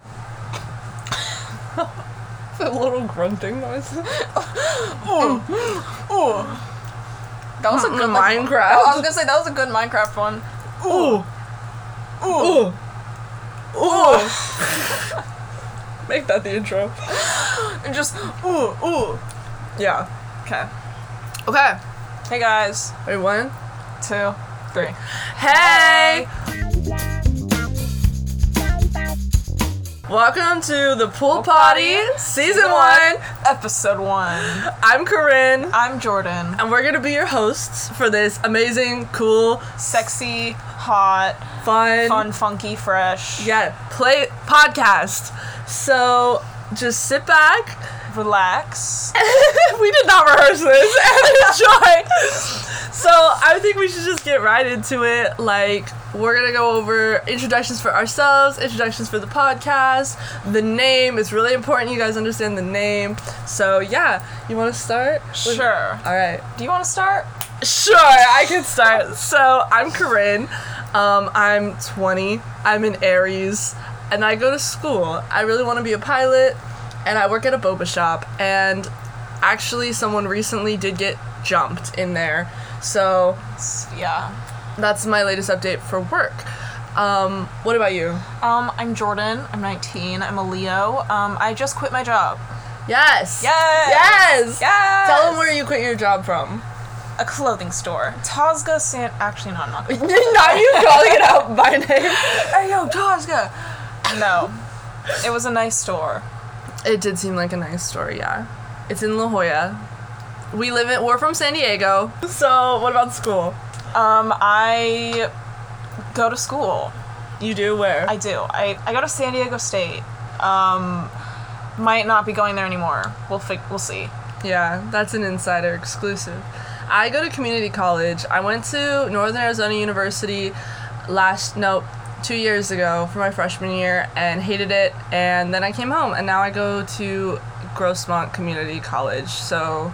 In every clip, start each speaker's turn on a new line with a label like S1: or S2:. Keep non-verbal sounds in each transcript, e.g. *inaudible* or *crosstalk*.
S1: *laughs* that little grunting noise. *laughs*
S2: Oh,
S1: That was a
S2: Mm,
S1: good like,
S2: Minecraft.
S1: I was gonna say that was a good Minecraft one.
S2: oh, oh, oh,
S1: *laughs* Make that the intro. and just
S2: oh, oh. Yeah.
S1: okay.
S2: Okay.
S1: Hey guys,
S2: Wait, one.
S1: two, three.
S2: Hey! Welcome to the Pool Potty Season 1.
S1: episode one.
S2: I'm Corinne,
S1: I'm Jordan.
S2: and we're gonna be your hosts for this amazing, cool,
S1: Sexy, hot,
S2: fun,
S1: fun, funky, fresh.
S2: yeah, play podcast. So just sit back.
S1: Relax.
S2: *laughs* we did not rehearse this *laughs* and enjoy. So I think we should just get right into it. Like we're gonna go over introductions for ourselves, introductions for the podcast. The name is really important. You guys understand the name. So yeah, you want to start? with-
S1: Sure.
S2: All right.
S1: Do you want to start?
S2: Sure, I can start. So I'm Corinne. Um, I'm 20. I'm an Aries, and I go to school. I really want to be a pilot, and I work at a boba shop. And actually, someone recently did get jumped in there. So
S1: S- Yeah.
S2: that's my latest update for work. Um, what about you?
S1: Um, I'm Jordan. I'm 19. I'm a Leo. Um, I just quit my job.
S2: Yes.
S1: Yes!
S2: Yes.
S1: Yes.
S2: Tell them where you quit your job *laughs* from.
S1: a clothing store. Tosga San. Actually, no, I'm not.
S2: Not you calling it out by name.
S1: hey, yo, Tosga. No, it was a nice store.
S2: It did seem like a nice story, yeah. It's in La Jolla. We live in we're from San Diego. So what about school?
S1: Um, I go to school.
S2: You do where?
S1: I do. I, I go to San Diego State. Um, might not be going there anymore. We'll fig- We'll see.
S2: yeah, that's an insider exclusive. I go to community college. I went to Northern Arizona University last no, two years ago for my freshman year and hated it and then I came home and now I go to Grossmont Community College. So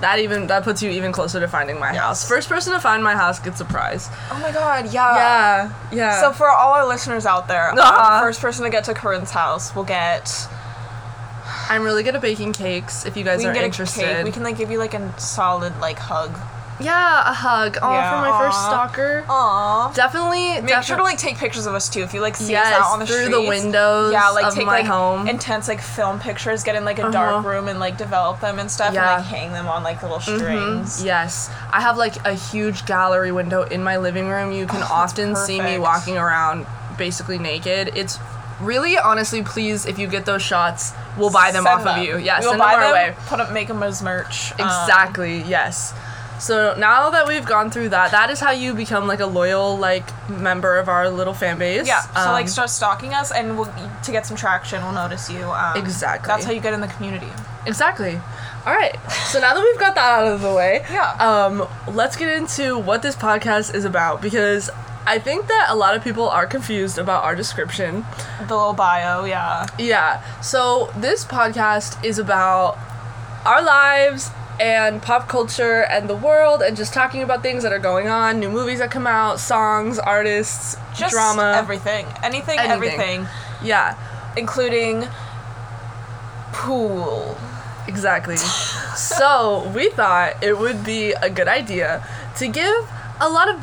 S2: that even that puts you even closer to finding my house. First person to find my house gets a prize.
S1: Oh my God.
S2: Yeah, yeah.
S1: So for all our listeners out there, uh
S2: *laughs* Uh-huh.
S1: first person to get to Corinne's house will get.
S2: I'm really good at baking cakes. If you guys
S1: We
S2: are
S1: can get
S2: interested,
S1: a cake. We can like give you like a solid like hug.
S2: yeah, a hug. Oh,
S1: Yeah,
S2: for my first
S1: aw.
S2: stalker.
S1: Aww.
S2: Definitely,
S1: Make sure
S2: defi-
S1: to like take pictures of us too if you like see us
S2: Yes,
S1: out on the
S2: through the
S1: streets.
S2: windows
S1: Yeah, like
S2: of
S1: take
S2: my
S1: like
S2: home.
S1: intense like film pictures, get in like a
S2: Uh-huh.
S1: dark room and like develop them and stuff,
S2: Yeah. Mm-hmm.
S1: and like hang them on like little strings.
S2: Yes, I have like a huge gallery window in my living room. You can often see me
S1: Oh, perfect.
S2: walking around basically naked. It's really, honestly, please, if you get those shots, we'll buy them
S1: Send
S2: off of you. Yeah,
S1: we'll
S2: send
S1: buy
S2: them our
S1: them,
S2: way.
S1: Put up, make them as merch. Um,
S2: Exactly. yes. So now that we've gone through that, that is how you become like a loyal like member of our little fan base.
S1: yeah. So
S2: Um,
S1: like start stalking us, and we'll to get some traction, we'll notice you. Um,
S2: Exactly.
S1: That's how you get in the community.
S2: Exactly. All right. So now that we've got that out of the way,
S1: Yeah.
S2: um, let's get into what this podcast is about because I think that a lot of people are confused about our description.
S1: The little bio, yeah.
S2: Yeah. So this podcast is about our lives and pop culture and the world and just talking about things that are going on, new movies that come out, songs, artists,
S1: Just
S2: drama.
S1: everything, anything,
S2: Anything.
S1: everything,
S2: yeah.
S1: including pool. *laughs*
S2: Exactly. so we thought it would be a good idea to give a lot of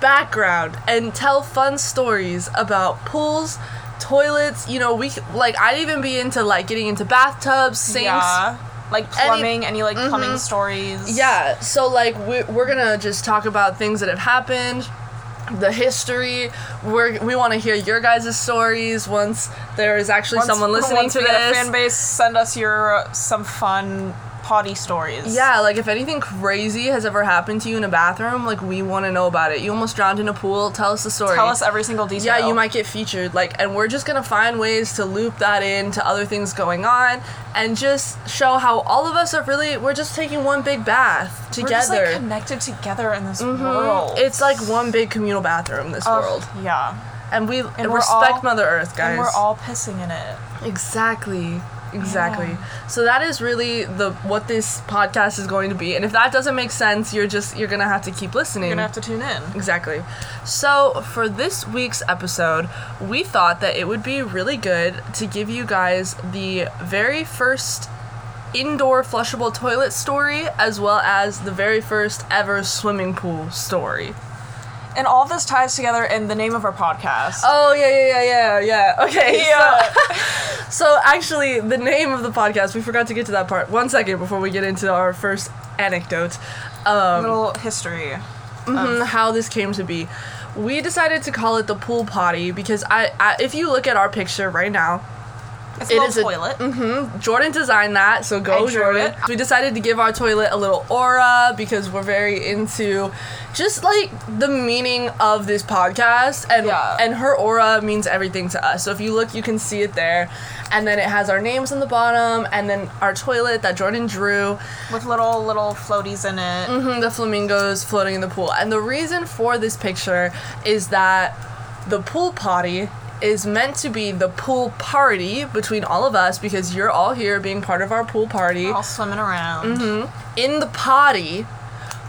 S2: background and tell fun stories about pools, toilets. You know, we c- like I'd even be into like getting into bathtubs, sinks.
S1: Yeah. Like
S2: Any- Mm-hmm.
S1: plumbing, any, like plumbing stories.
S2: Yeah, so like we're, we're gonna just talk about things that have happened, the history. We're, we want to hear your guys' stories once there is actually
S1: Once-
S2: someone listening
S1: once
S2: to
S1: we
S2: this.
S1: Get a fan base, send us your uh, some fun potty stories.
S2: Yeah, like if anything crazy has ever happened to you in a bathroom, like we want to know about it. You almost drowned in a pool. Tell us the story.
S1: Tell us every single detail.
S2: Yeah, you might get featured. Like, and we're just gonna find ways to loop that into other things going on, and just show how all of us are really we're just taking one big bath
S1: We're just
S2: together. Mm-hmm.
S1: like connected together in this world.
S2: it's like one big communal bathroom. This
S1: Ugh,
S2: world,
S1: Yeah.
S2: and we and
S1: we're
S2: respect
S1: all-
S2: Mother Earth, guys.
S1: And we're all pissing in it.
S2: Exactly. Exactly. So that is really the what this podcast is going to be. And if that doesn't make sense, you're just you're gonna have to keep listening.
S1: You're gonna have to tune in.
S2: Exactly. So, for this week's episode, we thought that it would be really good to give you guys the very first indoor flushable toilet story as well as the very first ever swimming pool story.
S1: And all this ties together in the name of our podcast.
S2: Oh yeah yeah yeah yeah yeah. Okay.
S1: Yeah.
S2: So, so actually the name of the podcast, we forgot to get to that part. One second before we get into our first anecdote. Um
S1: little history.
S2: mhm, how this came to be. We decided to call it the pool potty because I, I if you look at our picture right now,
S1: It's
S2: It
S1: a little
S2: is a- mm-hmm.
S1: toilet.
S2: Jordan designed that, so go
S1: I drew
S2: Jordan.
S1: it.
S2: We decided to give our toilet a little aura because we're very into just like the meaning of this podcast and
S1: Yeah.
S2: and her aura means everything to us. So if you look, you can see it there. And then it has our names on the bottom and then our toilet that Jordan drew
S1: with little little floaties in it.
S2: Mhm, the flamingos floating in the pool. And the reason for this picture is that the pool potty is meant to be the pool party between all of us because you're all here being part of our pool party
S1: All swimming around.
S2: Mm-hmm. in the potty.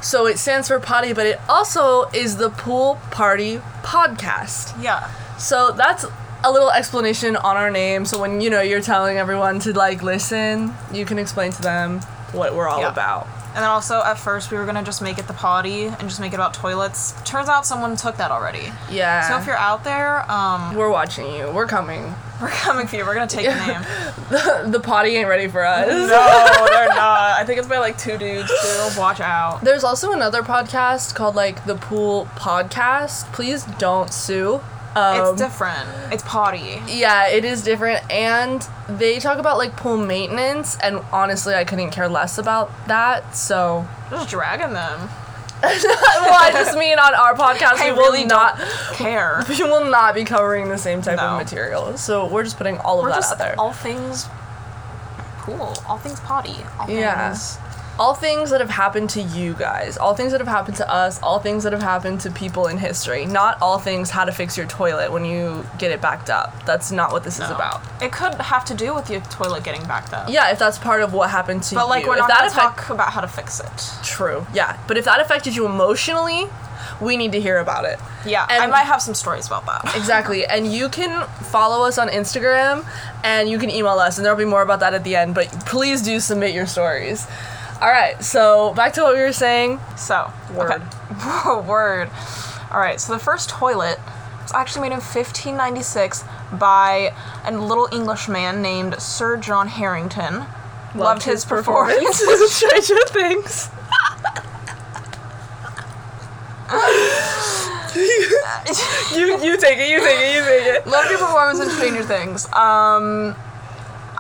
S2: So it stands for potty, but it also is the pool party podcast.
S1: Yeah.
S2: So that's a little explanation on our name. So when you know you're telling everyone to like listen, you can explain to them what we're all
S1: Yeah.
S2: about.
S1: And then also at first we were gonna just make it the potty and just make it about toilets. Turns out someone took that already.
S2: Yeah.
S1: So if you're out there, um, *laughs*
S2: we're watching you. We're coming. *laughs*
S1: we're coming for you. We're gonna take your name.
S2: the potty ain't ready for
S1: *laughs*
S2: us.
S1: No, they're not. I think it's by like two dudes too. Watch out.
S2: There's also another podcast called like the Pool Podcast. Please don't sue. Um,
S1: it's different. It's potty.
S2: yeah, it is different, and they talk about like pool maintenance, and honestly, I couldn't care less about that. So, *laughs*
S1: Just dragging them.
S2: well, I just mean on our podcast,
S1: I
S2: we will
S1: really
S2: not,
S1: Care.
S2: we will not be covering the same type
S1: No.
S2: of material. So we're just putting all of
S1: *laughs* We're
S2: that
S1: just
S2: out there.
S1: all things pool. All things potty. All
S2: Yeah.
S1: things.
S2: all things that have happened to you guys, all things that have happened to us, all things that have happened to people in history. Not all things how to fix your toilet when you get it backed up. That's not what this is
S1: No.
S2: about.
S1: It could have to do with your toilet getting backed up.
S2: Yeah, if that's part of what happened to you.
S1: But like we're
S2: if
S1: not
S2: that
S1: gonna
S2: affect-
S1: talk about how to fix it.
S2: True. Yeah, but if that affected you emotionally, we need to hear about it.
S1: Yeah, I
S2: And-
S1: might have some stories about that.
S2: Exactly. And you can follow us on Instagram and you can email us, and there'll be more about that at the end. But please do submit your stories. All right, so back to what we were saying.
S1: *laughs* So
S2: Word.
S1: okay. Whoa, word. All right. So the first toilet was actually made in 1596 by a little Englishman named Sir John Harrington. Loved, his, performance.
S2: *laughs* Stranger
S1: *laughs*
S2: Things. *laughs* you you take it, you take it, you take it.
S1: Loved your performance in Stranger Things. Um,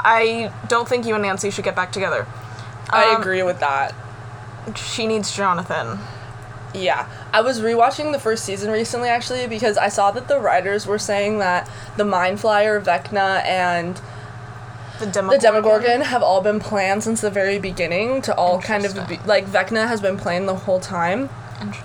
S1: I don't think you and Nancy should get back together.
S2: I
S1: Um,
S2: agree with that.
S1: She needs Jonathan.
S2: Yeah. I was rewatching the first season recently actually because I saw that the writers were saying that the Mind Flyer, Vecna, and
S1: The demo.
S2: the Demogorgon have all been planned since the very beginning to all kind of be,
S1: Interesting.
S2: like Vecna has been planned the whole time.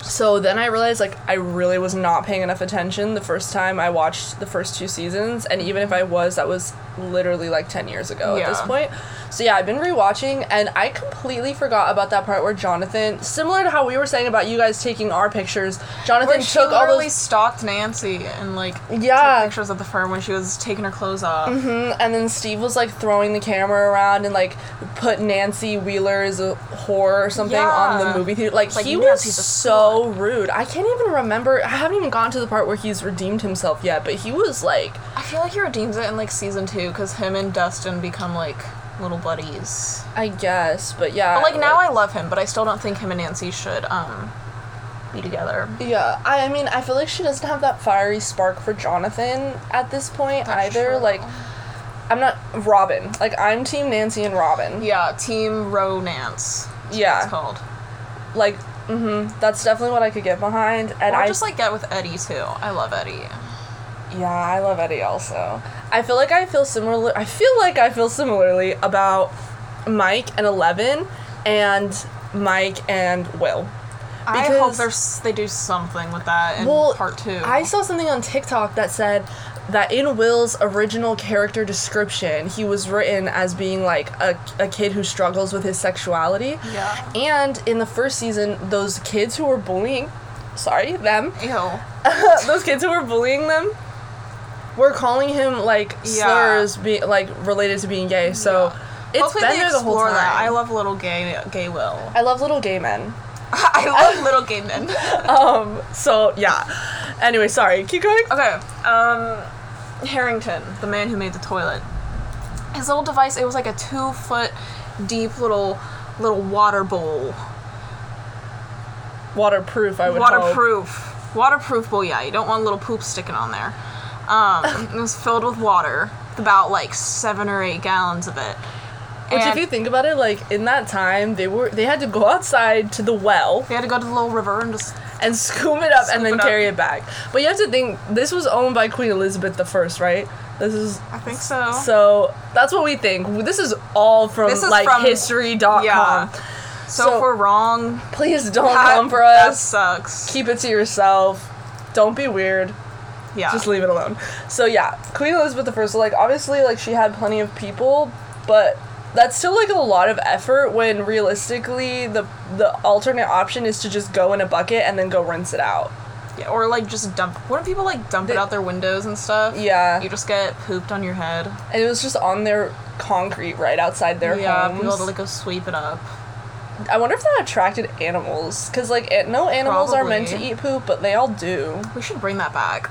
S2: So then I realized like I really was not paying enough attention the first time I watched the first two seasons, and even if I was, that was literally like ten years ago at this
S1: Yeah.
S2: point. So yeah, I've been rewatching, and I completely forgot about that part where Jonathan, similar to how we were saying about you guys taking our pictures, Jonathan
S1: Where she
S2: took all
S1: literally
S2: those
S1: stalked Nancy and like
S2: Yeah. Mm-hmm.
S1: took pictures of the firm when she was taking her clothes off.
S2: and then Steve was like throwing the camera around and like put Nancy Wheeler as a whore or something on
S1: Yeah.
S2: the movie theater. Like,
S1: Like,
S2: he
S1: Nancy's a
S2: was so rude. I can't even remember. I haven't even gotten to the part where he's redeemed himself yet, but he was like,
S1: I feel like he redeems it in like season two because him and Dustin become like little buddies.
S2: I guess, but yeah.
S1: But like now I love him, but I still don't think him and Nancy should um be together.
S2: Yeah, I I mean, I feel like she doesn't have that fiery spark for Jonathan at this point either.
S1: true.
S2: Like, I'm not Robin. Like, I'm Team Nancy and Robin.
S1: Yeah, Team Ronance.
S2: Yeah.
S1: It's called.
S2: Like, mm-hmm, that's definitely what I could get behind. And
S1: Or
S2: I
S1: just like that with Eddie too. I love Eddie.
S2: Yeah, I love Eddie also. I feel like I feel similar. I feel like I feel similarly about Mike and Eleven, and Mike and Will.
S1: I hope
S2: Because-
S1: there's they do something with that in part two.
S2: I saw something on TikTok that said that in Will's original character description, he was written as being like a, a kid who struggles with his sexuality.
S1: Yeah.
S2: And in the first season, those kids who were bullying, sorry, them,
S1: Ew.
S2: those kids who were bullying them were calling him like
S1: Yeah.
S2: slurs be like related to being gay so It's
S1: Hopefully
S2: been
S1: they
S2: there the whole
S1: explore
S2: time.
S1: that. I
S2: I,
S1: love little gay gay will. *laughs*
S2: love little gay men.
S1: I love little
S2: *laughs*
S1: gay men.
S2: Um. So yeah. Anyway, sorry. Keep going.
S1: Okay. Um, Harrington, the man who made the toilet, his little device. It was like a two foot deep little little water bowl,
S2: Waterproof. I would. hope.
S1: waterproof, waterproof bowl. Yeah, you don't want little poop sticking on there.
S2: *laughs*
S1: Um, it was filled with water, with about like seven or eight gallons of it.
S2: Which, if
S1: And
S2: you think about it, like in that time, they were they had to go outside to the well
S1: they had to go to the little river and just
S2: and *laughs* scoop it up
S1: Scoop
S2: and then
S1: it up.
S2: carry it back. But you have to think this was owned by Queen Elizabeth I, right? This is
S1: I think so.
S2: so that's what we think. This is all from
S1: Uh-huh. This is
S2: like
S1: from-
S2: history.com.
S1: Yeah. So,
S2: uh, so-
S1: if we're wrong,
S2: Please don't
S1: that-
S2: come for
S1: That
S2: us.
S1: sucks.
S2: Keep it to yourself. Don't be weird.
S1: yeah.
S2: Just leave it alone. So yeah, Queen Elizabeth I, like obviously like she had plenty of people, but that's still like a lot of effort when realistically the the alternate option is to just go in a bucket and then go rinse it out.
S1: Yeah, or like just dump. Wouldn't people like dump it
S2: They-
S1: out their windows and stuff?
S2: Yeah.
S1: You just get pooped on your head.
S2: And it was just on their concrete right outside their
S1: yeah, people
S2: homes.
S1: had to like go sweep it up.
S2: I wonder if that attracted animals cuz like an- no animals are meant to
S1: Probably.
S2: eat poop, but they all do.
S1: We should bring that back.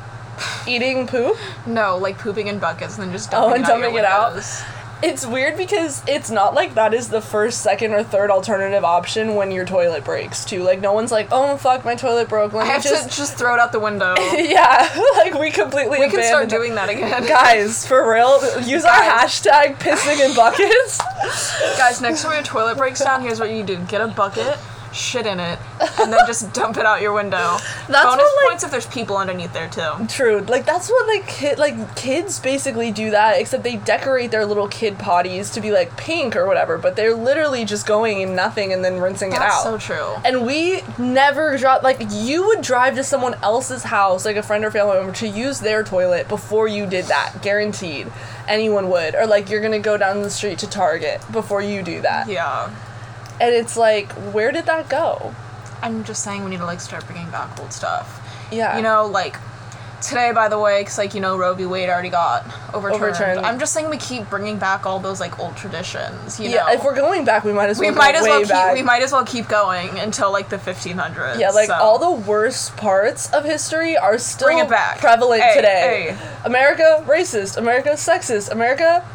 S2: Eating poop?
S1: No, like pooping in buckets and then just
S2: Oh,
S1: dumping
S2: and
S1: it out your
S2: dumping it out?
S1: windows.
S2: It's weird because it's not like that is the first, second, or third alternative option when your toilet breaks too. Like no one's like, oh fuck, my toilet broke. Let
S1: I
S2: me
S1: have
S2: just *laughs*
S1: *laughs* to just throw it out the window. we
S2: yeah. *laughs* like we completely
S1: can start
S2: abandoned-
S1: doing
S2: *laughs*
S1: that again,
S2: Guys, for real, use our
S1: Guys.
S2: hashtag pissing in buckets. *laughs*
S1: Guys, next time your toilet breaks down, here's what you do: get a bucket, shit in it, and then just dump it out your window.
S2: *laughs* That's
S1: Bonus
S2: what, like-
S1: points if there's people underneath there too.
S2: True. Like that's what like kid like kids basically do that, except they decorate their little kid potties to be like pink or whatever, but they're literally just going in nothing and then rinsing it
S1: That's
S2: out.
S1: so true.
S2: and we never drop like you would drive to someone else's house like a friend or family member to use their toilet before you did that guaranteed anyone would or like you're gonna go down the street to target before you do that
S1: Yeah.
S2: and it's like where did that go
S1: I'm just saying we need to like start bringing back old stuff.
S2: Yeah.
S1: You know, like today, by the way, because like you know Roe v. Wade already got overturned.
S2: Overturned.
S1: I'm just saying we keep bringing back all those like old traditions. You
S2: yeah
S1: know,
S2: if we're going back we might as
S1: we
S2: well
S1: might
S2: go
S1: as
S2: way
S1: well keep
S2: back.
S1: we might as well keep going until like the 1500s.
S2: yeah, like
S1: so.
S2: all the worst parts of history are still
S1: Bring it back.
S2: prevalent
S1: Hey,
S2: today. America racist, America sexist, America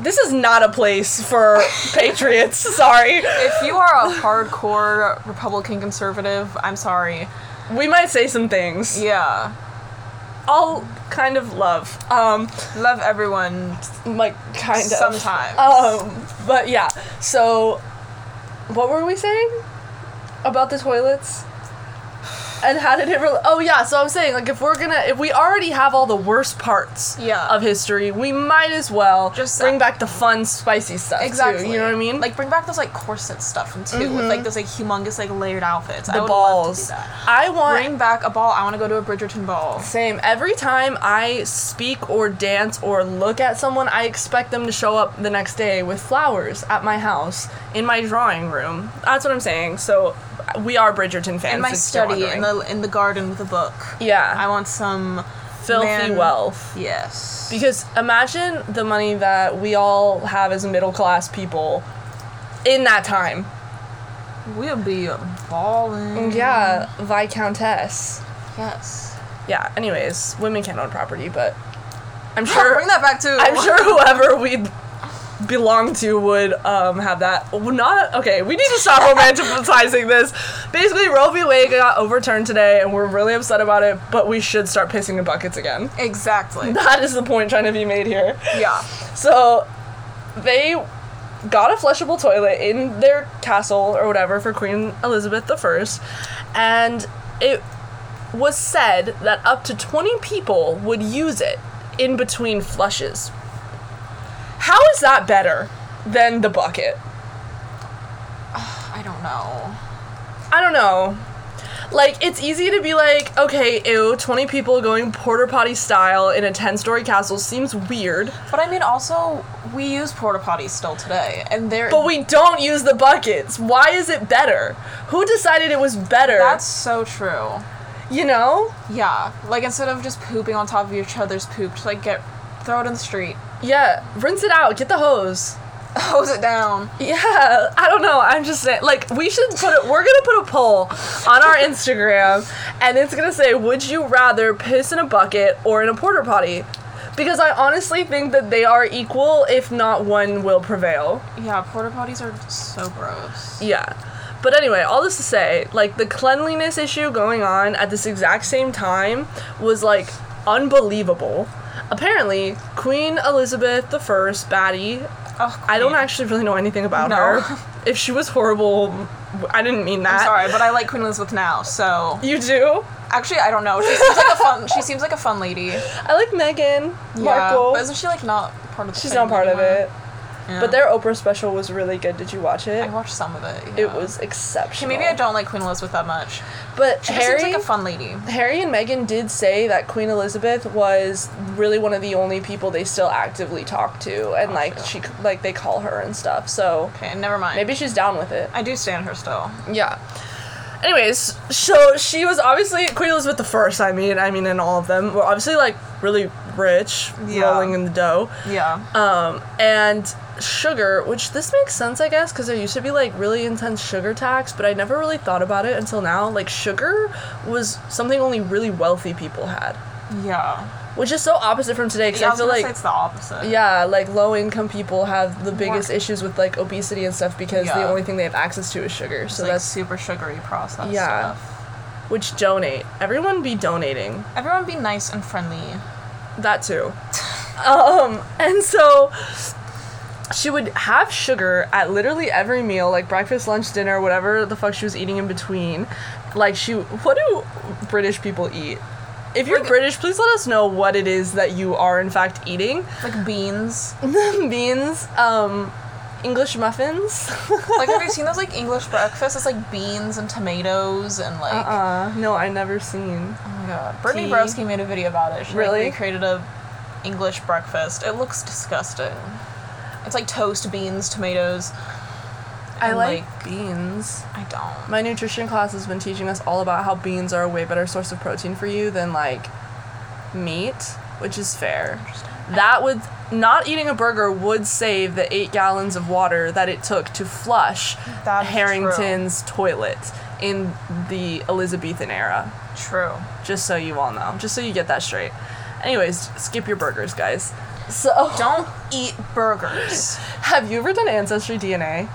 S2: This is not a place for *laughs* patriots. Sorry.
S1: If you are a hardcore Republican conservative, I'm sorry.
S2: we might say some things.
S1: Yeah,
S2: All kind of love. Um,
S1: love everyone.
S2: like kind of.
S1: Sometimes.
S2: Um, but yeah. So, what were we saying about the toilets? And how did it? Re- oh yeah. So I'm saying like if we're gonna if we already have all the worst parts
S1: Yeah.
S2: of history, we might as well
S1: Just-
S2: bring back the fun spicy stuff. too,
S1: Exactly.
S2: you know what I mean? Mm-hmm.
S1: Like bring back those like corset stuff and too, with like those like humongous like layered outfits. I
S2: the
S1: would
S2: balls.
S1: Love to do that.
S2: I want
S1: Bring back a ball. I want to go to a Bridgerton ball.
S2: Same. Every time I speak or dance or look at someone, I expect them to show up the next day with flowers at my house in my drawing room. That's what I'm saying. So we are Bridgerton fans.
S1: in my
S2: if you're
S1: study in
S2: wondering.
S1: the in the garden with a book.
S2: yeah,
S1: I want some
S2: filthy
S1: man-
S2: wealth.
S1: Yes.
S2: Because imagine the money that we all have as middle class people in that time.
S1: we'll be balling.
S2: Yeah, viscountess.
S1: Yes.
S2: Yeah. Anyways, women can't own property, but
S1: *laughs*
S2: I'm sure.
S1: Bring that back too.
S2: *laughs* I'm sure whoever we belong to would um, have that. Well, Not okay. We need to stop romanticizing this. Basically, Roe v. Wade got overturned today, and we're really upset about it. But we should start pissing in buckets again.
S1: *laughs*
S2: *laughs*
S1: Exactly.
S2: That is the point trying to be made here.
S1: yeah.
S2: So they got a flushable toilet in their castle or whatever for Queen Elizabeth I, and it was said that up to 20 people would use it in between flushes. How is that better than the bucket?
S1: I don't know.
S2: I don't know. Like, it's easy to be like, okay, ew, 20 people going porter potty style in a 10 story castle seems weird,
S1: But I mean, also we use porta potties still today, and they're
S2: but we don't use the buckets. Why is it better? Who decided it was better?
S1: that's so true.
S2: you know?
S1: Yeah. Like instead of just pooping on top of each other's poop, just like get throw it in the street. *laughs*
S2: Yeah, rinse it out, get the hose.
S1: hose it down.
S2: Yeah, *laughs* I don't know. I'm just saying, like, we should put it. We're gonna put a poll on our Instagram, and it's gonna say, "Would you rather piss in a bucket or in a porter potty?" Because I honestly think that they are equal, if not one will prevail.
S1: Yeah, porta potties are so gross.
S2: Yeah. But anyway, all this to say, like the cleanliness issue going on at this exact same time was like unbelievable. Apparently, Queen Elizabeth I, baddie,
S1: Oh,
S2: I don't
S1: Queen.
S2: actually really know anything about
S1: No.
S2: her. If she was horrible, w- I didn't mean that.
S1: I'm sorry, but I like Queen Elizabeth now. So
S2: You do?
S1: actually, I don't know. She seems like a fun. She seems like a fun
S2: *laughs*
S1: lady.
S2: I like Meghan, Markle.
S1: but isn't she like not part of? The
S2: She's
S1: thing
S2: not part of
S1: anymore?
S2: it.
S1: Yeah.
S2: But their Oprah special was really good. Did you watch
S1: I
S2: it?
S1: watched some of it.
S2: It
S1: yeah.
S2: was
S1: Okay,
S2: exceptional.
S1: maybe I don't like Queen Elizabeth that much.
S2: But
S1: She just
S2: Harry,
S1: seems like a fun lady.
S2: Harry and Meghan did say that Queen Elizabeth was really one of the only people they still actively talk to, and
S1: Oh,
S2: like
S1: shit.
S2: she like they call her and stuff. So
S1: Okay, never mind.
S2: maybe she's down with it.
S1: I do stand her still.
S2: Yeah. Anyways, so she was obviously Queen Elizabeth the First. I mean, I mean, in all of them were obviously like really rich,
S1: Yeah.
S2: rolling in the dough.
S1: Yeah.
S2: Um, and sugar, which this makes sense, I guess, because there used to be like really intense sugar tax, but I never really thought about it until now. Like, sugar was something only really wealthy people had,
S1: yeah.
S2: which is so opposite from today. Because
S1: Yeah, I
S2: I
S1: was
S2: feel
S1: gonna
S2: like,
S1: say it's the opposite.
S2: yeah, like low income people have the biggest
S1: More-
S2: issues with like obesity and stuff because the
S1: Yeah.
S2: only thing they have access to is sugar.
S1: It's
S2: So
S1: like
S2: that's
S1: super sugary processed
S2: Yeah.
S1: stuff.
S2: which donate. Everyone be donating.
S1: Everyone be nice and friendly.
S2: That
S1: *sighs*
S2: too. Um, and so she would have sugar at literally every meal, like breakfast, lunch, dinner, whatever the fuck she was eating in between. Like she what do British people eat? If you're British, please let us know what it is that you are in fact eating. *laughs*
S1: Like beans.
S2: Beans, um, English muffins.
S1: like have you seen those like English breakfasts? It's like beans and tomatoes and like
S2: Uh-uh. No, I've never seen.
S1: oh my god. Brittany
S2: Tea.
S1: Broski made a video about it. She like,
S2: Really?
S1: recreated a English breakfast. It looks disgusting. It's like toast, beans, tomatoes.
S2: I
S1: And,
S2: like, beans.
S1: I don't.
S2: My nutrition class has been teaching us all about how beans are a way better source of protein for you than like meat, which is fair. That would not eating a burger would save the eight gallons of water that it took to flush
S1: That's
S2: Harrington's toilet in the Elizabethan era.
S1: True.
S2: Just so you all know, just so you get that straight. Anyways, skip your burgers, guys. So,
S1: Don't eat burgers.
S2: have you ever done ancestry DNA?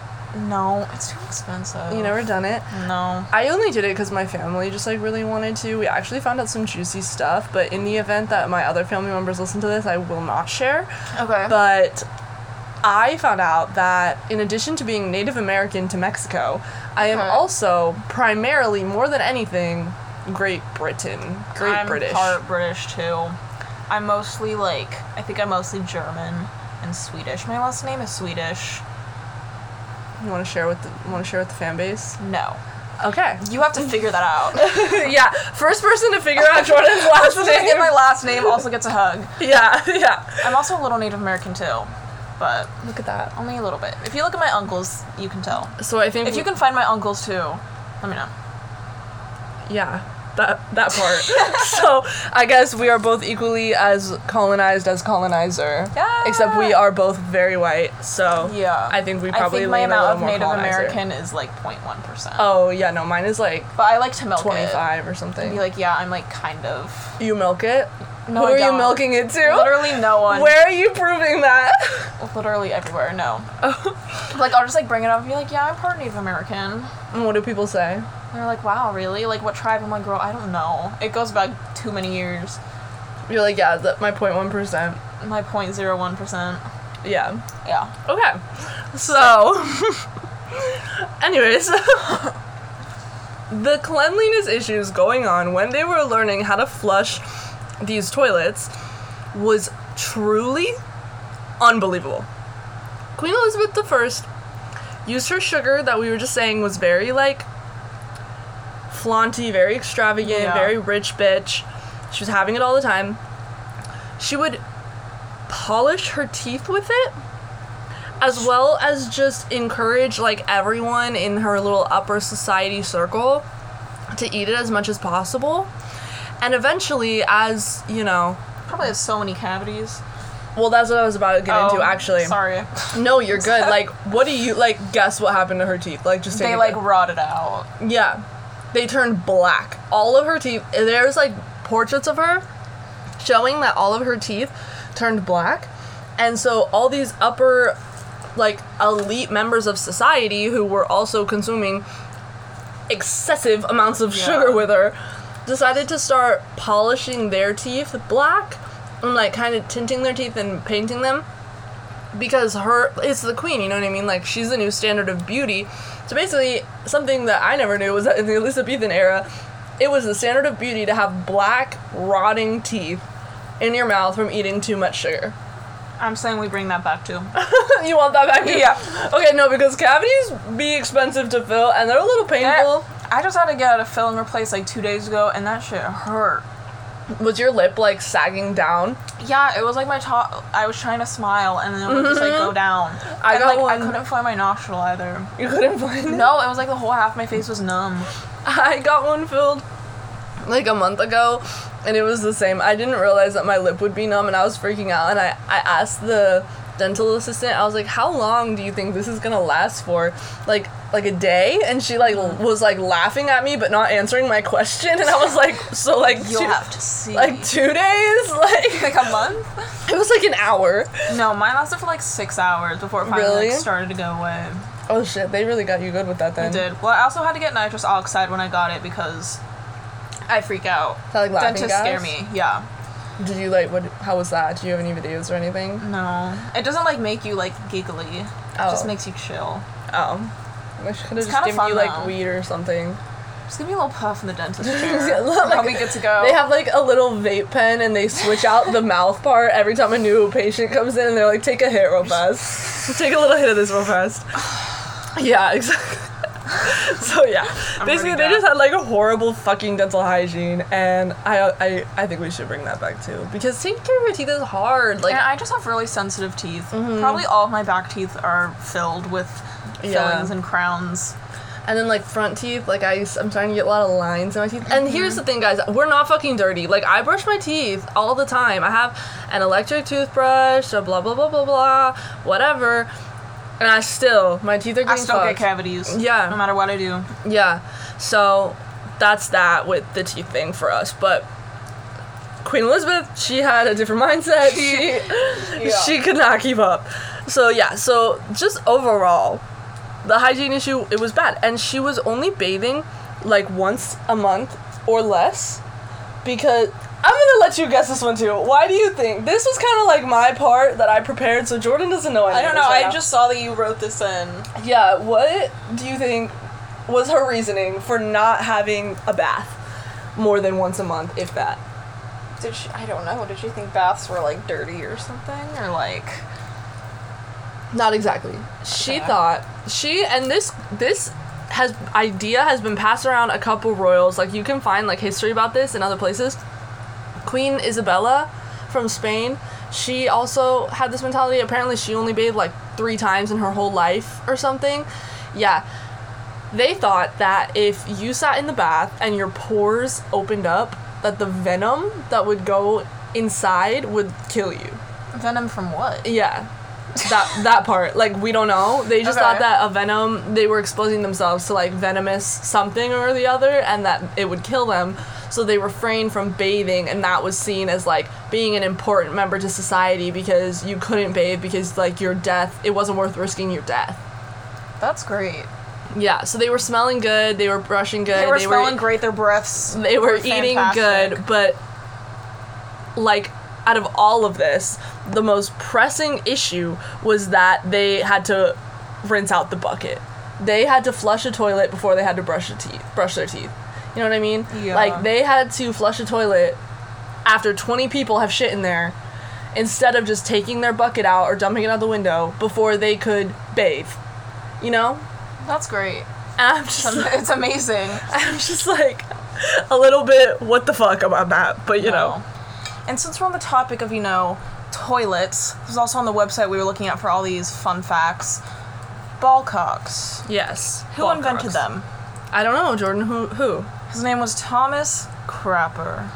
S1: No, it's too expensive.
S2: You never done it?
S1: No.
S2: I only did it because my family just like really wanted to. We actually found out some juicy stuff, but in the event that my other family members listen to this, I will not share.
S1: Okay.
S2: But I found out that in addition to being Native American to Mexico, I am
S1: Okay.
S2: also primarily, more than anything, Great Britain. Great
S1: I'm
S2: British.
S1: part British too. I'm mostly like I think I'm mostly German and Swedish. My last name is Swedish.
S2: You want to share with the, want to share with the fan base?
S1: No,
S2: Okay.
S1: you have to figure that out.
S2: *laughs* yeah. First person to figure out Jordan's
S1: *laughs*
S2: last
S1: Just to get my
S2: name.
S1: last name also gets a hug.
S2: *laughs* Yeah, yeah.
S1: I'm also a little Native American too, but
S2: Look at that.
S1: only a little bit. If you look at my uncles, you can tell.
S2: So I think
S1: If you can find my uncles too, let me know.
S2: yeah that that part *laughs* so i guess we are both equally as colonized as colonizer
S1: Yeah.
S2: except we are both very white so
S1: Yeah.
S2: i think we
S1: I
S2: probably
S1: think my
S2: lean a
S1: amount
S2: little
S1: of
S2: more
S1: Native
S2: colonizer.
S1: American is like 0.1 percent.
S2: oh yeah no mine is like
S1: But I like to milk it.
S2: 25 or
S1: Be
S2: something
S1: like, yeah, I'm like kind of.
S2: you milk it
S1: No,
S2: who
S1: I
S2: are
S1: don't.
S2: you milking it to
S1: Literally no one.
S2: where are you proving that *laughs*
S1: literally everywhere. No.
S2: Oh.
S1: like I'll just like bring it up and be like, yeah, I'm part Native American. And
S2: And what do people say
S1: they're like, wow, really? Like what tribe? I'm like, girl, I don't know. It goes back too many years.
S2: you're like yeah that my 0.1%
S1: My 0.01 percent.
S2: yeah
S1: Yeah.
S2: Okay. So, *laughs* anyways, *laughs* the cleanliness issues going on when they were learning how to flush these toilets was truly unbelievable. Queen Elizabeth I used her sugar that we were just saying was very like flaunty, very extravagant,
S1: Yeah.
S2: very rich bitch. She was having it all the time. She would polish her teeth with it as well as just encourage like everyone in her little upper society circle to eat it as much as possible and eventually as you know
S1: Probably has so many cavities. Oh,
S2: Well, that's what I was about to get into actually.
S1: Sorry.
S2: No, you're good. like, what do you like? Guess what happened to her teeth? Like, just take
S1: They
S2: a
S1: like
S2: guess.
S1: rotted out.
S2: Yeah. They turned black. All of her teeth. There's like portraits of her showing that all of her teeth turned black. And so all these upper, like, elite members of society who were also consuming excessive amounts of
S1: Yeah.
S2: sugar with her decided to start polishing their teeth black and, like, kind of tinting their teeth and painting them because her it's the queen you know what i mean like she's the new standard of beauty so basically something that i never knew was that in the elizabethan era it was the standard of beauty to have black rotting teeth in your mouth from eating too much sugar *laughs*
S1: I'm saying we bring that back too.
S2: you want that back
S1: Yeah.
S2: okay no because cavities be expensive to fill and they're a little painful
S1: I just had to get a fill and replace like two days ago, and that shit hurt.
S2: was your lip like sagging down
S1: Yeah, it was like my top. I was trying to smile, and then it would just like go down.
S2: Mm-hmm. I
S1: and,
S2: got
S1: like, I
S2: one-
S1: couldn't find my nostril either.
S2: you couldn't *laughs* find it
S1: No, it was like the whole half of my face was numb.
S2: I got one filled like a month ago and it was the same. I didn't realize that my lip would be numb and I was freaking out and I, I asked the dental assistant, I was like, How long do you think this is gonna last for? Like like a day? And she like was like laughing at me but not answering my *laughs* question and I was like so like
S1: You'll
S2: two,
S1: have to see.
S2: like two days? *laughs* Like
S1: Like a month?
S2: it was like an hour.
S1: No, mine lasted for like six hours before it finally like,
S2: Really?
S1: started to go away.
S2: Oh shit, they really got you good with that then.
S1: It did. Well, I also had to get nitrous oxide when I got it because I freak out.
S2: that like laughing
S1: Dentists
S2: gas?
S1: scare me. Yeah.
S2: Did you like what how was that? Do you have any videos or anything?
S1: No, it doesn't like make you like giggly. It
S2: Oh.
S1: just makes you chill.
S2: Oh. I should have just
S1: kinda
S2: given
S1: fun,
S2: you like
S1: though.
S2: weed or something.
S1: Just give me a little puff in the
S2: *laughs*
S1: dentist
S2: Yeah,
S1: chair.
S2: like-
S1: I'll be good to go.
S2: They have like a little vape pen and they switch out the mouth part every time a new patient comes in and they're like, take a hit real fast. *laughs* Take a little hit of this real *sighs* fast. Yeah, exactly. *laughs* so yeah.
S1: I'm
S2: Basically
S1: pretty
S2: they
S1: bad.
S2: just had like a horrible fucking dental hygiene and I I I think we should bring that back too. Because taking care of your teeth is hard. Like Mm-hmm.
S1: and I just have really sensitive teeth. Probably all of my back teeth are filled with
S2: Yeah.
S1: fillings and crowns.
S2: And then like front teeth, like I, am starting to get a lot of lines in my teeth. And here's the thing, guys, we're not fucking dirty. Like I brush my teeth all the time. I have an electric toothbrush, a blah blah blah blah blah, whatever. And I still, my teeth are getting
S1: I still get
S2: fucked.
S1: cavities.
S2: Yeah.
S1: No matter what I do.
S2: Yeah. So that's that with the teeth thing for us. But Queen Elizabeth, she had a different mindset. She
S1: *laughs*
S2: she could not keep up. So yeah, so just overall, the hygiene issue it was bad. And she was only bathing like once a month or less because I'm gonna let you guess this one too. Why do you think this was kind of like my part that I prepared? So Jordan doesn't know. any
S1: I don't
S2: of
S1: know.
S2: this right
S1: I
S2: now.
S1: just saw that you wrote this in.
S2: Yeah, what do you think was her reasoning for not having a bath more than once a month, if that?
S1: Did she? I don't know. Did she think baths were like dirty or something, or like?
S2: Not exactly. She
S1: Okay.
S2: thought she and this this has idea has been passed around a couple royals. Like you can find like history about this in other places. Queen Isabella from Spain, she also had this mentality. Apparently, she only bathed like three times in her whole life or something. Yeah. They thought that if you sat in the bath and your pores opened up, that the venom that would go inside would kill you.
S1: Venom from what?
S2: Yeah. That that part. Like we don't know. They just thought
S1: Okay.
S2: that a venom they were exposing themselves to like venomous something or the other and that it would kill them. So they refrained from bathing and that was seen as like being an important member to society because you couldn't bathe because like your death it wasn't worth risking your death.
S1: That's great.
S2: Yeah, so they were smelling good, they were brushing good,
S1: They were smelling great. Their breaths.
S2: they were eating good,
S1: fantastic.
S2: but like out of all of this, the most pressing issue was that they had to rinse out the bucket. They had to flush a toilet before they had to brush their teeth. Brush their teeth. You know what I mean?
S1: Yeah.
S2: Like they had to flush a toilet after 20 people have shit in there instead of just taking their bucket out or dumping it out the window before they could bathe. You know? *laughs*
S1: That's great.
S2: And I'm just
S1: It's am- It's *laughs* amazing.
S2: *laughs* I'm just like a little bit what the fuck about that, but you know.
S1: And since we're on the topic of you know toilets, this is also on the website we were looking at for all these fun facts. Ball cocks.
S2: Yes.
S1: Who invented them?
S2: I don't know, Jordan. Who? Who?
S1: His name was Thomas Crapper.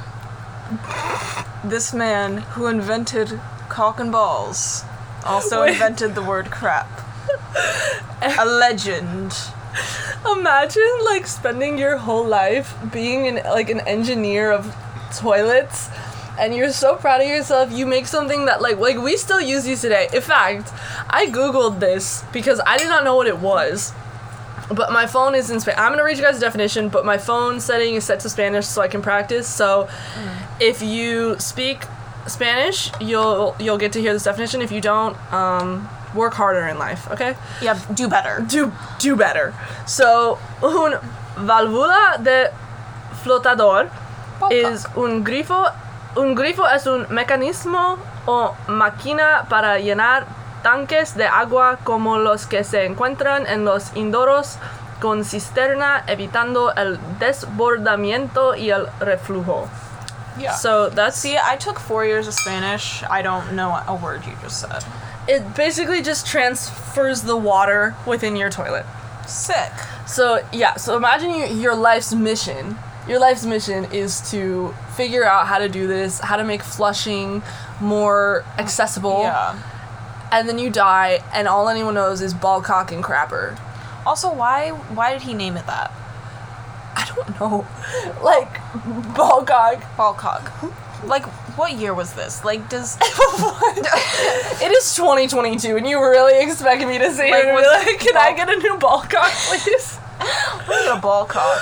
S1: This man who invented Cock and Balls also invented the word crap. A legend.
S2: Imagine like spending your whole life being an, like an engineer of toilets and you're so proud of yourself you make something that like like we still use these today. In fact, I googled this because I did not know what it was. But my phone is in Spanish. I'm gonna read you guys the definition, but my phone setting is set to Spanish so I can practice. So if you speak Spanish, you'll you'll get to hear this definition. If you don't, um, work harder in life, okay?
S1: Yeah, do better.
S2: do do better. So un válvula de flotador is un grifo. Un grifo es un mecanismo o máquina para llenar tanques de agua como los que se encuentran en los indoros con cisterna evitando el desbordamiento y el reflujo.
S1: Yeah. So
S2: So that's
S1: see, I took four years of Spanish. I don't know a word you just said.
S2: it basically just transfers the water within your toilet.
S1: Sick.
S2: So yeah, so imagine you, your life's mission. Your life's mission is to figure out how to do this, how to make flushing more accessible,
S1: Yeah.
S2: and then you die, and all anyone knows is ball cock and crapper.
S1: Also, why why did he name it that?
S2: I don't know, *laughs* like ball cock.
S1: Balcog. Like, what year was this? Like, *laughs* does
S2: it is 2022, and you really expect me to say
S1: Like,
S2: it? and be
S1: what's-
S2: Like, *laughs* can I get a new ball cock, please?
S1: we need a ball cock?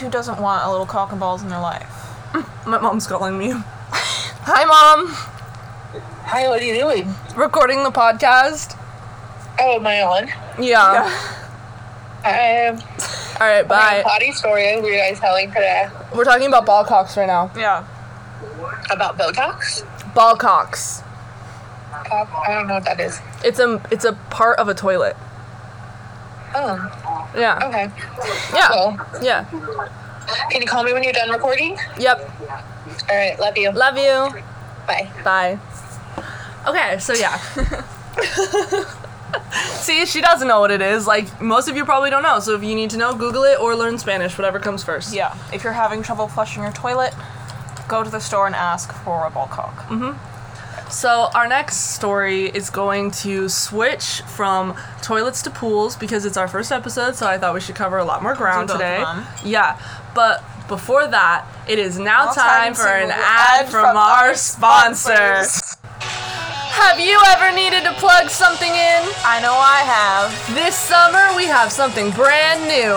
S1: Who doesn't want a little cock and balls in their life?
S2: *laughs* My mom's calling me. Hi, mom.
S3: Hi, what are you doing?
S2: Recording the podcast.
S3: Oh, am I on?
S2: Yeah.
S3: Um,
S2: All right. Bye.
S3: my potty story we were guys telling today
S2: We're talking about ball cocks right now.
S1: Yeah.
S3: about Botox.
S2: Ball cocks.
S3: Cock- I don't know what that is.
S2: It's a it's a part of a toilet.
S3: Oh,
S2: Yeah.
S3: okay.
S2: Yeah.
S3: Well,
S2: Yeah.
S3: can you call me when you're done recording?
S2: Yep.
S3: All right, love you.
S2: Love you.
S3: Bye.
S2: Bye. Okay, so yeah. *laughs* See, she doesn't know what it is. Like most of you probably don't know. So if you need to know, Google it or learn Spanish, whatever comes first.
S1: Yeah. If you're having trouble flushing your toilet, go to the store and ask for a ball cock.
S2: So our next story is going to switch from toilets to pools because it's our first episode, so I thought we should cover a lot more ground
S1: both of
S2: today.
S1: them.
S2: Yeah, but before that, it is now
S1: Now
S2: time,
S1: time
S2: for
S1: to
S2: an ad,
S1: ad
S2: from,
S1: from
S2: our
S1: our
S2: sponsor.
S1: sponsors.
S2: Have you ever needed to plug something in?
S1: I know I have.
S2: This summer, we have something brand new.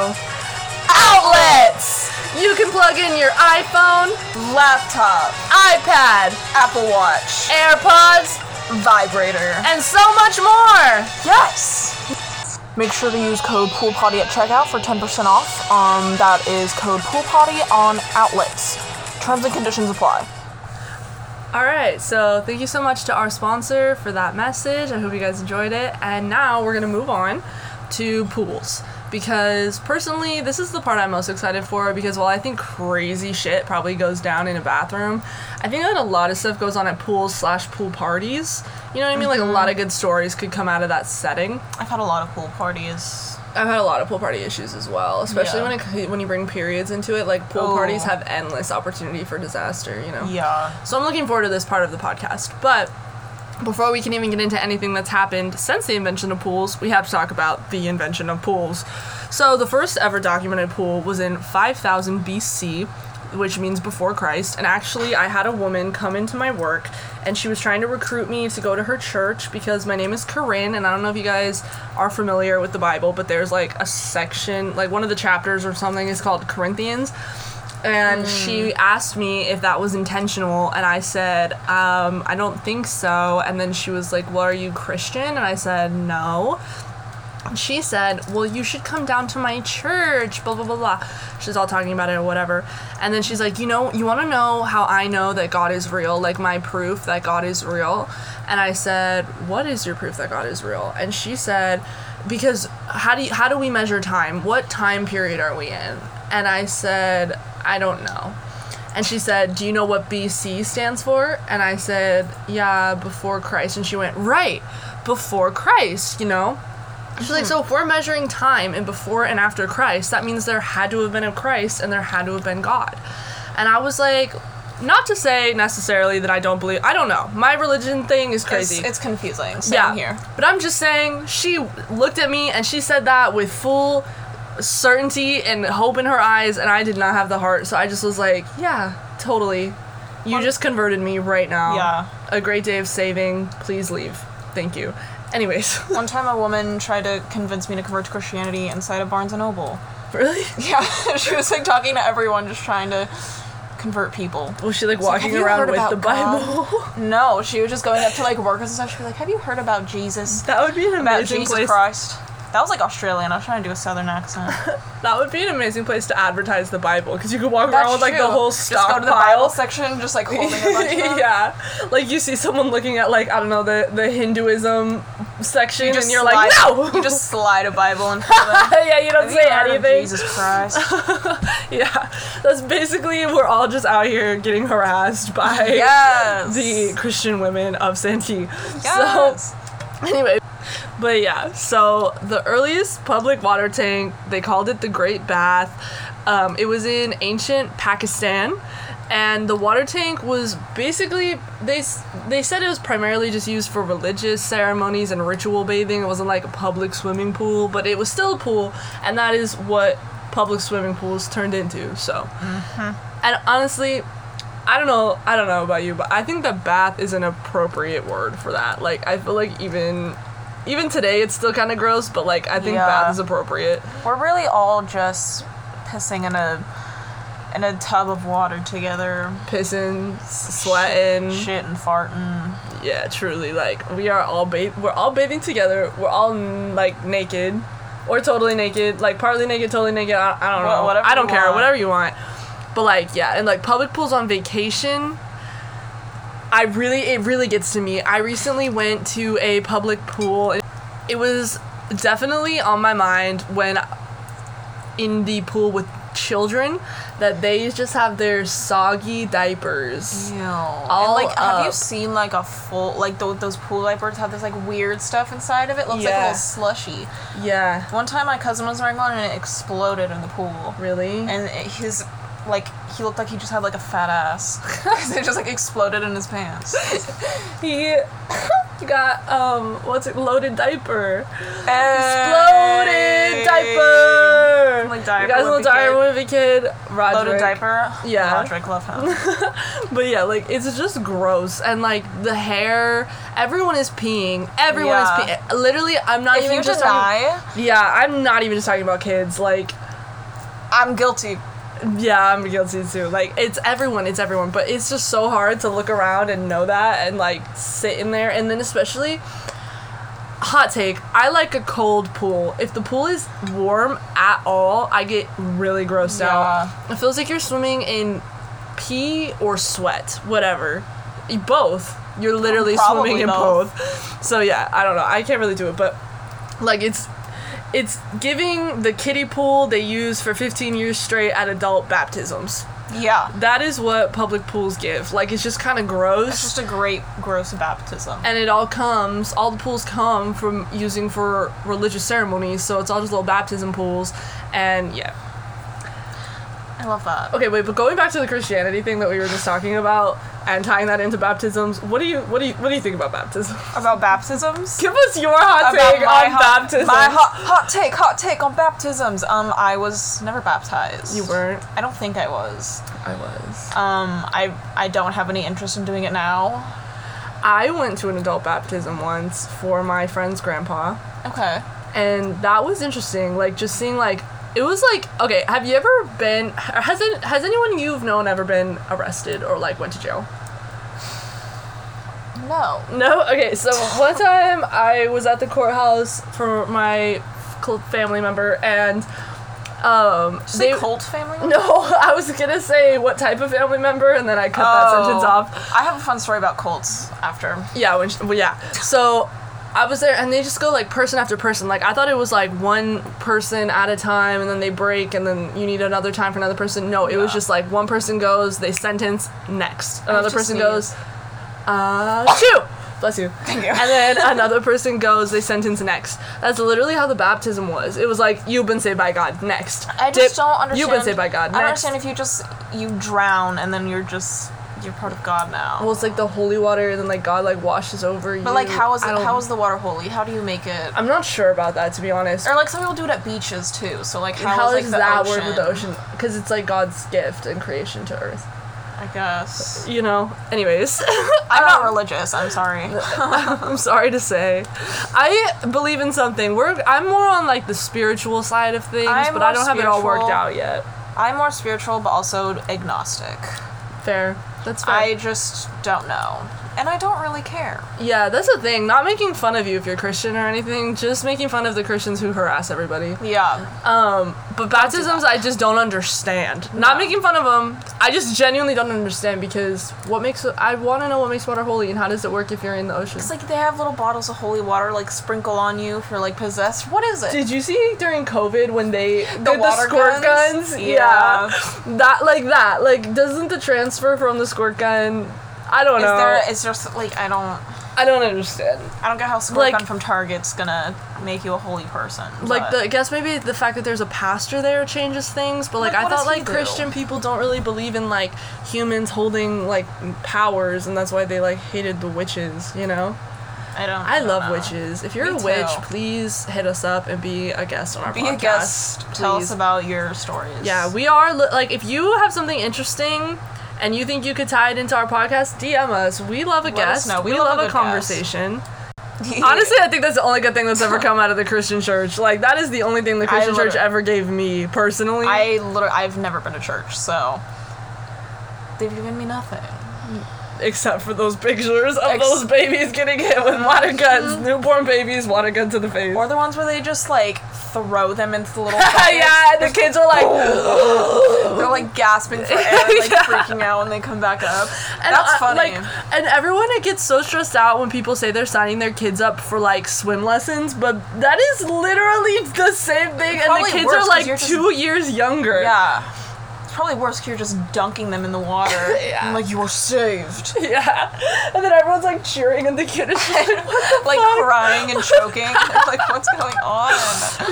S2: Outlets! You can plug in your iPhone,
S1: Laptop,
S2: iPad,
S1: Apple Watch,
S2: AirPods,
S1: vibrator.
S2: and so much more!
S1: Yes! Make sure to use code POOLPOTTY at checkout for 10% off. Um, that is code POOLPOTTY on outlets. Terms and conditions apply.
S2: All right, so thank you so much to our sponsor for that message. I hope you guys enjoyed it. And now we're going to move on to pools because personally, this is the part I'm most excited for because while I think crazy shit probably goes down in a bathroom, I think that a lot of stuff goes on at pools slash pool parties. You know what I mean? Like a lot of
S1: Mm-hmm.
S2: good stories could come out of that setting.
S1: I've had a lot of pool parties.
S2: I've had a lot of pool party issues as well, especially
S1: Yeah.
S2: when it, when you bring periods into it. Like pool
S1: Oh.
S2: parties have endless opportunity for disaster. You know?
S1: Yeah.
S2: So I'm looking forward to this part of the podcast. But before we can even get into anything that's happened since the invention of pools, we have to talk about the invention of pools. So the first ever documented pool was in 5000 BC, which means before Christ. And actually, I had a woman come into my work and she was trying to recruit me to go to her church because my name is Corinne. And I don't know if you guys are familiar with the Bible, but there's like a section, like one of the chapters or something is called Corinthians and she asked me if that was intentional and i said um, i don't think so and then she was like well are you christian and i said no and she said well you should come down to my church blah blah blah blah she's all talking about it or whatever and then she's like you know you want to know how i know that god is real like my proof that god is real and i said what is your proof that god is real and she said because how do you, how do we measure time what time period are we in and I said, I don't know. And she said, Do you know what BC stands for? And I said, Yeah, before Christ. And she went, Right, before Christ, you know? She's like, So if we're measuring time and before and after Christ, that means there had to have been a Christ and there had to have been God. And I was like, Not to say necessarily that I don't believe. I don't know. My religion thing is
S1: It's,
S2: crazy.
S1: it's confusing. Same
S2: yeah.
S1: here.
S2: But I'm just saying, she looked at me and she said that with full certainty and hope in her eyes, and I did not have the heart. So I just was like, yeah, totally. You just converted me right now.
S1: Yeah.
S2: A great day of saving. Please leave. Thank you. Anyways, *laughs*
S1: One time, a woman tried to convince me to convert to Christianity inside of Barnes and Noble. *laughs*
S2: really?
S1: Yeah, she was like talking to everyone, just trying to convert people.
S2: Was she like
S1: like,
S2: walking
S1: "Have you
S2: around
S1: heard
S2: with
S1: about
S2: the Bible?
S1: *laughs* No, she was just going up to like workers and stuff. She'd be like, "Have you heard about Jesus?
S2: that would be an
S1: About
S2: amazing
S1: Jesus
S2: place.
S1: Christ?" That was like Australian. I was trying to do a
S2: *laughs*
S1: southern accent.
S2: That would be an amazing place to advertise the Bible because you could walk around with like
S1: true.
S2: the whole
S1: Just go to the
S2: stockpile.
S1: Bible section, just like holding a bunch of them.
S2: yeah, like you see someone looking at like I don't know the the Hinduism section, *laughs*
S1: You
S2: and you're like,
S1: slide-
S2: no.
S1: *laughs* You just slide a Bible in front of them.
S2: *laughs* yeah, you don't *laughs*
S1: Have
S2: say
S1: you heard of
S2: anything.
S1: Jesus Christ.
S2: *laughs* Yeah, that's basically we're all just out here getting harassed by *laughs*
S1: Yes.
S2: the Christian women of Santee.
S1: Yes.
S2: So anyway, but yeah, so the earliest public water tank they called it the Great Bath. Um, it was in ancient Pakistan, and the water tank was basically they s- they said it was primarily just used for religious ceremonies and ritual bathing. It wasn't like a public swimming pool, but it was still a pool, and that is what public swimming pools turned into. So, and honestly, I don't know. I don't know about you, but I think that bath is an appropriate word for that. Like I feel like even even today it's still kind of gross, but like I think
S1: Yeah.
S2: bath is appropriate.
S1: We're really all just pissing in a in a tub of water together,
S2: Pissing, sweating.
S1: shit and farting.
S2: Yeah, truly. Like we are all ba- we're all bathing together. We're all n- like naked or totally naked, like partly naked, totally naked. I, I don't
S1: Wha-
S2: know.
S1: whatever
S2: I don't
S1: you
S2: care.
S1: want.
S2: Whatever you want. But like yeah, and like public pools on vacation. I really it really gets to me. I recently went to a public pool. and It was definitely on my mind when in the pool with children that they just have their soggy
S1: Mm.
S2: diapers.
S1: All like, have you
S2: up.
S1: seen like a full like tho- those pool diapers have this like weird stuff inside of it? Looks like a
S2: Yeah.
S1: little slushy.
S2: Yeah.
S1: One time, my cousin was wearing one and it exploded in the pool.
S2: Really?
S1: And it- his like he looked like he just had like a fat ass *laughs* 'Cause it just like exploded in his pants.
S2: he *laughs* got um what's it loaded diaper
S1: Hey.
S2: loaded diaper
S1: Like diaper
S2: you guys know
S1: would be
S2: diaper
S1: good.
S2: movie kid Roderick
S1: Loaded diaper.
S2: Yeah.
S1: Roderick, love
S2: *laughs*
S1: him.
S2: but yeah like it's just gross and like the hair everyone is peeing everyone
S1: Yeah.
S2: is peeing literally I'm not
S1: if
S2: even
S1: you
S2: just
S1: deny,
S2: talking, yeah I'm not even just talking about kids like
S1: I'm guilty.
S2: yeah I'm guilty too like it's everyone it's everyone but it's just so hard to look around and know that and like sit in there and then especially hot take i like a cold pool if the pool is warm at all i get really grossed out
S1: Yeah.
S2: it feels like you're swimming in pee or sweat whatever You- both you're literally
S1: Probably
S2: swimming in
S1: both.
S2: both *laughs* so yeah i don't know i can't really do it but like it's it's giving the kiddie pool they use for 15 years straight at adult baptisms
S1: Yeah.
S2: that is what public pools give like it's just kind of
S1: It's
S2: gross
S1: just a great gross baptism.
S2: and it all comes all the pools come from using for religious ceremonies so it's all just little baptism pools and yeah
S1: I love that.
S2: okay wait but going back to the christianity thing that we were just talking about and tying that into baptisms what do you what do you what do you think about baptism *laughs*
S1: About baptisms?
S2: give us your hot
S1: About
S2: take
S1: my
S2: on
S1: hot-
S2: baptism
S1: My hot, hot take, hot take on baptisms. Um, I was never baptized.
S2: you weren't
S1: I don't think I was.
S2: i was
S1: Um, I I don't have any interest in doing it now.
S2: i went to an adult baptism once for my friend's grandpa
S1: Okay.
S2: and that was interesting like just seeing like it was like okay have you ever been has it, has anyone you've known ever been arrested or like went to jail
S1: No.
S2: no okay so one time i was at the courthouse for my cl- family member and um
S1: They cult family.
S2: no *laughs* i was gonna say what type of family member and then i cut that
S1: Oh.
S2: sentence off
S1: I have a fun story about cults after.
S2: Yeah, when she, well, yeah. So I was there, and they just go like person after person. Like I thought it was like one person at a time, and then they break, and then you need another time for another person. No, it was
S1: Yeah.
S2: just like one person goes, they sentence next, another
S1: to
S2: person
S1: sneeze.
S2: goes, uh, shoo. Bless you.
S1: Thank you.
S2: And then another person goes, they sentence next. That's literally how the baptism was. It was like, you've been saved by God, next.
S1: I
S2: Dip,
S1: just don't understand.
S2: You've been saved by God,
S1: I don't
S2: next.
S1: understand if you just you drown and then you're just you're part of God now.
S2: Well, it's like the holy water, and then like God like washes over you.
S1: but like, how is it,
S2: Mm, I don't-
S1: how is the water holy? How do you make it?
S2: I'm not sure about that to be honest.
S1: Or like some people do it at beaches too. So like,
S2: how
S1: how is, like,
S2: does
S1: the
S2: that
S1: ocean,
S2: work with the ocean? Because it's like God's gift and creation to Earth.
S1: I
S2: *laughs*
S1: guess
S2: You know. Anyways, *laughs*
S1: I'm
S2: Um,
S1: not religious. I'm sorry.
S2: I'm sorry to say, I believe in something. We're I'm more on like the spiritual side of things,
S1: I'm
S2: but I
S1: more
S2: don't have it all worked
S1: spiritual.
S2: out yet.
S1: I'm more spiritual, but also agnostic.
S2: Fair. That's fair.
S1: I just don't know, and I don't really care.
S2: yeah, that's the thing. Not making fun of you if you're Christian or anything. Just making fun of the Christians who harass everybody.
S1: Yeah,
S2: Um, but baptisms, I just don't understand. Not
S1: No.
S2: making fun of them. I just genuinely don't understand because what makes I want to know what makes water holy and how does it work if you're in the ocean?
S1: it's like they have little bottles of holy water like sprinkle on you if you're like possessed. What is it?
S2: Did you see during COVID when they did the,
S1: water
S2: squirt guns?
S1: guns?
S2: Yeah. That like that. Like doesn't the transfer from the squirt gun I don't
S1: Is
S2: know.
S1: there? It's just like I don't.
S2: I don't understand.
S1: I don't get how squirt
S2: Like-
S1: gun from Target's gonna make you a holy person.
S2: Like
S1: but-
S2: the I guess maybe the fact that there's a pastor there changes things, but like,
S1: Like,
S2: I
S1: what does
S2: thought
S1: he
S2: like
S1: do?
S2: Christian people don't really believe in like humans holding like powers and that's why they like hated the witches, you know?
S1: I don't.
S2: I
S1: don't
S2: love
S1: know.
S2: witches. If you're
S1: Me
S2: a witch,
S1: too.
S2: please hit us up and be a guest on our
S1: Be
S2: podcast.
S1: a guest. Tell us
S2: please.
S1: about your stories.
S2: Yeah, we are li- like if you have something interesting and you think you could tie it into our podcast, DM us. We love a
S1: Let us
S2: guest.
S1: know.
S2: We,
S1: We love
S2: love,
S1: a
S2: a
S1: good
S2: conversation.
S1: *laughs*
S2: Honestly, I think that's the only good thing that's ever come out of the Christian church. Like that is the only thing the Christian church
S1: literally-
S2: ever gave me personally.
S1: I literally, I've never been to church, so they've given me nothing.
S2: except for those pictures of
S1: Ex-
S2: those babies getting hit with water guns, newborn babies, water gun to the face.
S1: Or the ones where they just like throw them into the little.
S2: *laughs*
S1: buckets.
S2: yeah, and the kids are like,
S1: They're like gasping
S2: *laughs*
S1: for air, like
S2: Yeah.
S1: freaking out when they come back up.
S2: And
S1: That's
S2: I-
S1: funny.
S2: like, and everyone it gets so stressed out when people say they're signing their kids up for like swim lessons, but that is literally the same thing. And the
S1: Probably
S2: kids
S1: worse,
S2: are
S1: 'cause
S2: like
S1: you're just-
S2: two years younger.
S1: yeah. It's probably worse because you're just dunking them in the water.
S2: *laughs* Yeah.
S1: I'm like, you are saved.
S2: *laughs* Yeah. And then everyone's like cheering, and the kid
S1: *laughs*
S2: is just like, *laughs* what the
S1: like
S2: fuck?
S1: crying and
S2: *laughs*
S1: choking. They're like, what's going on?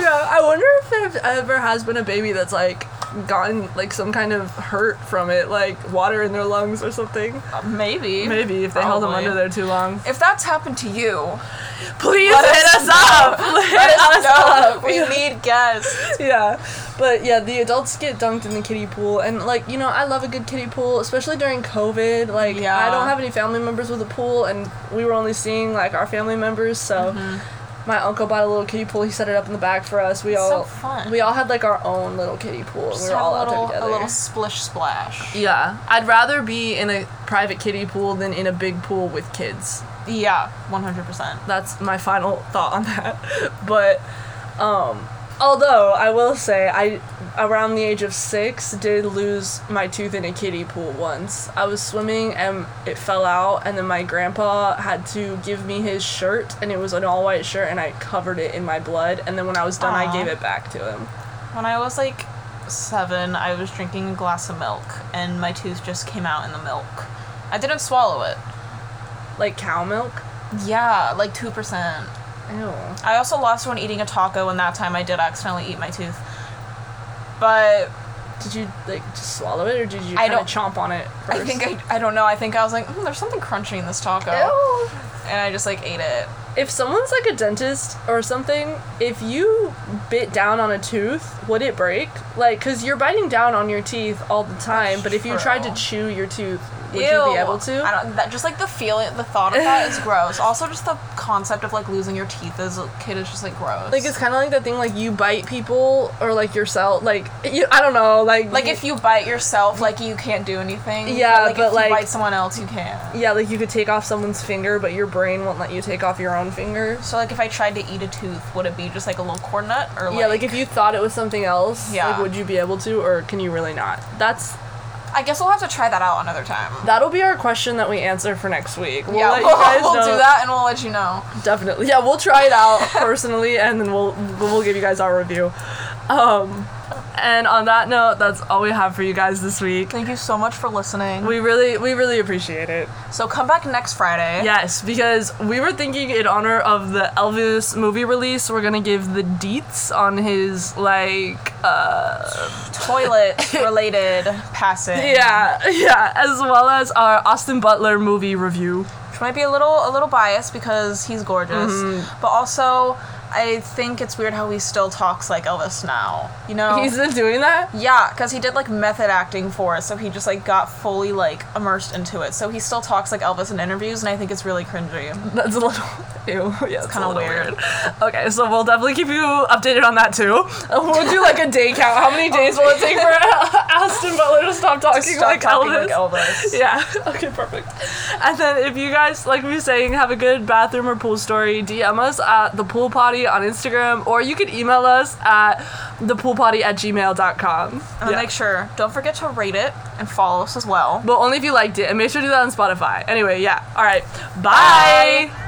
S2: Yeah. I wonder if there ever has been a baby that's like gotten like some kind of hurt from it, like water in their lungs or something.
S1: Maybe.
S2: Maybe if they held them
S1: Probably.
S2: under there too long.
S1: If that's happened to you,
S2: Please
S1: Let
S2: hit us *laughs*
S1: us
S2: up.
S1: let
S2: Hit
S1: us
S2: us
S1: know.
S2: up.
S1: We need guests.
S2: yeah but yeah the adults get dunked in the kiddie pool and like you know i love a good kiddie pool especially during covid like
S1: Yeah.
S2: i don't have any family members with a pool and we were only seeing like our family members so
S1: Mm-hmm.
S2: my uncle bought a little kiddie pool he set it up in the back for us we
S1: It's so
S2: all
S1: fun.
S2: we all had like our own little kiddie pool and we
S1: Just
S2: were
S1: have
S2: all
S1: a little,
S2: out there
S1: a little
S2: together
S1: splish splash.
S2: yeah i'd rather be in a private kiddie pool than in a big pool with kids
S1: Yeah, 100%.
S2: that's my final thought on that. *laughs* But um although I will say I around the age of 6 did lose my tooth in a kiddie pool once. I was swimming and it fell out and then my grandpa had to give me his shirt and it was an all white shirt and I covered it in my blood and then when I was done I
S1: Aw.
S2: gave it back to him.
S1: When I was like seven, I was drinking a glass of milk, and my tooth just came out in the milk. I didn't swallow it.
S2: Like cow milk.
S1: Yeah, like 2%.
S2: Ew.
S1: I also lost one eating a taco, and that time I did accidentally eat my tooth. But
S2: Did you like just swallow it or did you
S1: I
S2: kind of
S1: don't-
S2: chomp on it first?
S1: I think I, I don't know. I think I was like, hmm, there's something crunchy in this taco.
S2: Ew.
S1: And I just like ate it.
S2: If someone's like a dentist or something, if you bit down on a tooth, would it break? Like, cause you're biting down on your teeth all the time, but if you tried to
S1: true.
S2: chew your tooth, would
S1: Ew.
S2: you be able to?
S1: I don't, that, just like the feeling, the thought of that
S2: *sighs*
S1: is gross. Also, just the concept of like losing your teeth as a kid is just like gross.
S2: like, it's kind of like that thing, like you bite people or like yourself, like you, I don't know, like
S1: Like if you bite yourself, like you can't do anything.
S2: Yeah,
S1: like
S2: but,
S1: if
S2: like-
S1: you bite someone else, you can.
S2: yeah, like you could take off someone's finger, but your brain won't let you take off your own finger.
S1: So like if I tried to eat a tooth, would it be just like a little corn nut or like?
S2: yeah, like if you thought it was something else, like
S1: Yeah.
S2: would you be able to, or can you really not? That's
S1: I guess we'll have to try that out another time.
S2: that'll be our question that we answer for next week. We'll
S1: yeah, *laughs*
S2: let you
S1: we'll,
S2: guys
S1: we'll
S2: know-
S1: do that and we'll let you know.
S2: Definitely. Yeah, *laughs* we'll try it out personally and then we'll we'll give you guys our review. Um And on that note, that's all we have for you guys this week.
S1: Thank you so much for listening.
S2: We really, we really appreciate it.
S1: so come back next Friday.
S2: Yes, because we were thinking in honor of the Elvis movie release, we're gonna give the deets on his like uh, *laughs*
S1: Toilet related passing.
S2: yeah, yeah, as well as our Austin Butler movie review.
S1: Which might be a little a little biased because he's gorgeous.
S2: Mm-hmm.
S1: But also I think it's weird how he still talks like Elvis now. You know?
S2: He's been doing that.
S1: Yeah, because he did like method acting for it, so he just like got fully like immersed into it. So he still talks like Elvis in interviews, and I think it's really cringy.
S2: That's a little *laughs* ew. Yeah, it's
S1: kinda
S2: a little
S1: weird.
S2: Okay, so we'll definitely keep you updated on that too. *laughs* Uh, We'll do like a day count. How many days will it take for *laughs* Austin Butler to stop talking,
S1: Stop
S2: like,
S1: talking
S2: Elvis?
S1: like Elvis.
S2: Yeah. *laughs* Okay, perfect. And then if you guys, like we were saying, have a good bathroom or pool story, DM us at the pool potty on Instagram, or you can email us at the pool potty at gmail.com.
S1: And make sure, don't forget to rate it and follow us as well.
S2: But only if you liked it, and make sure to do that on Spotify. Anyway, yeah. All right. Bye.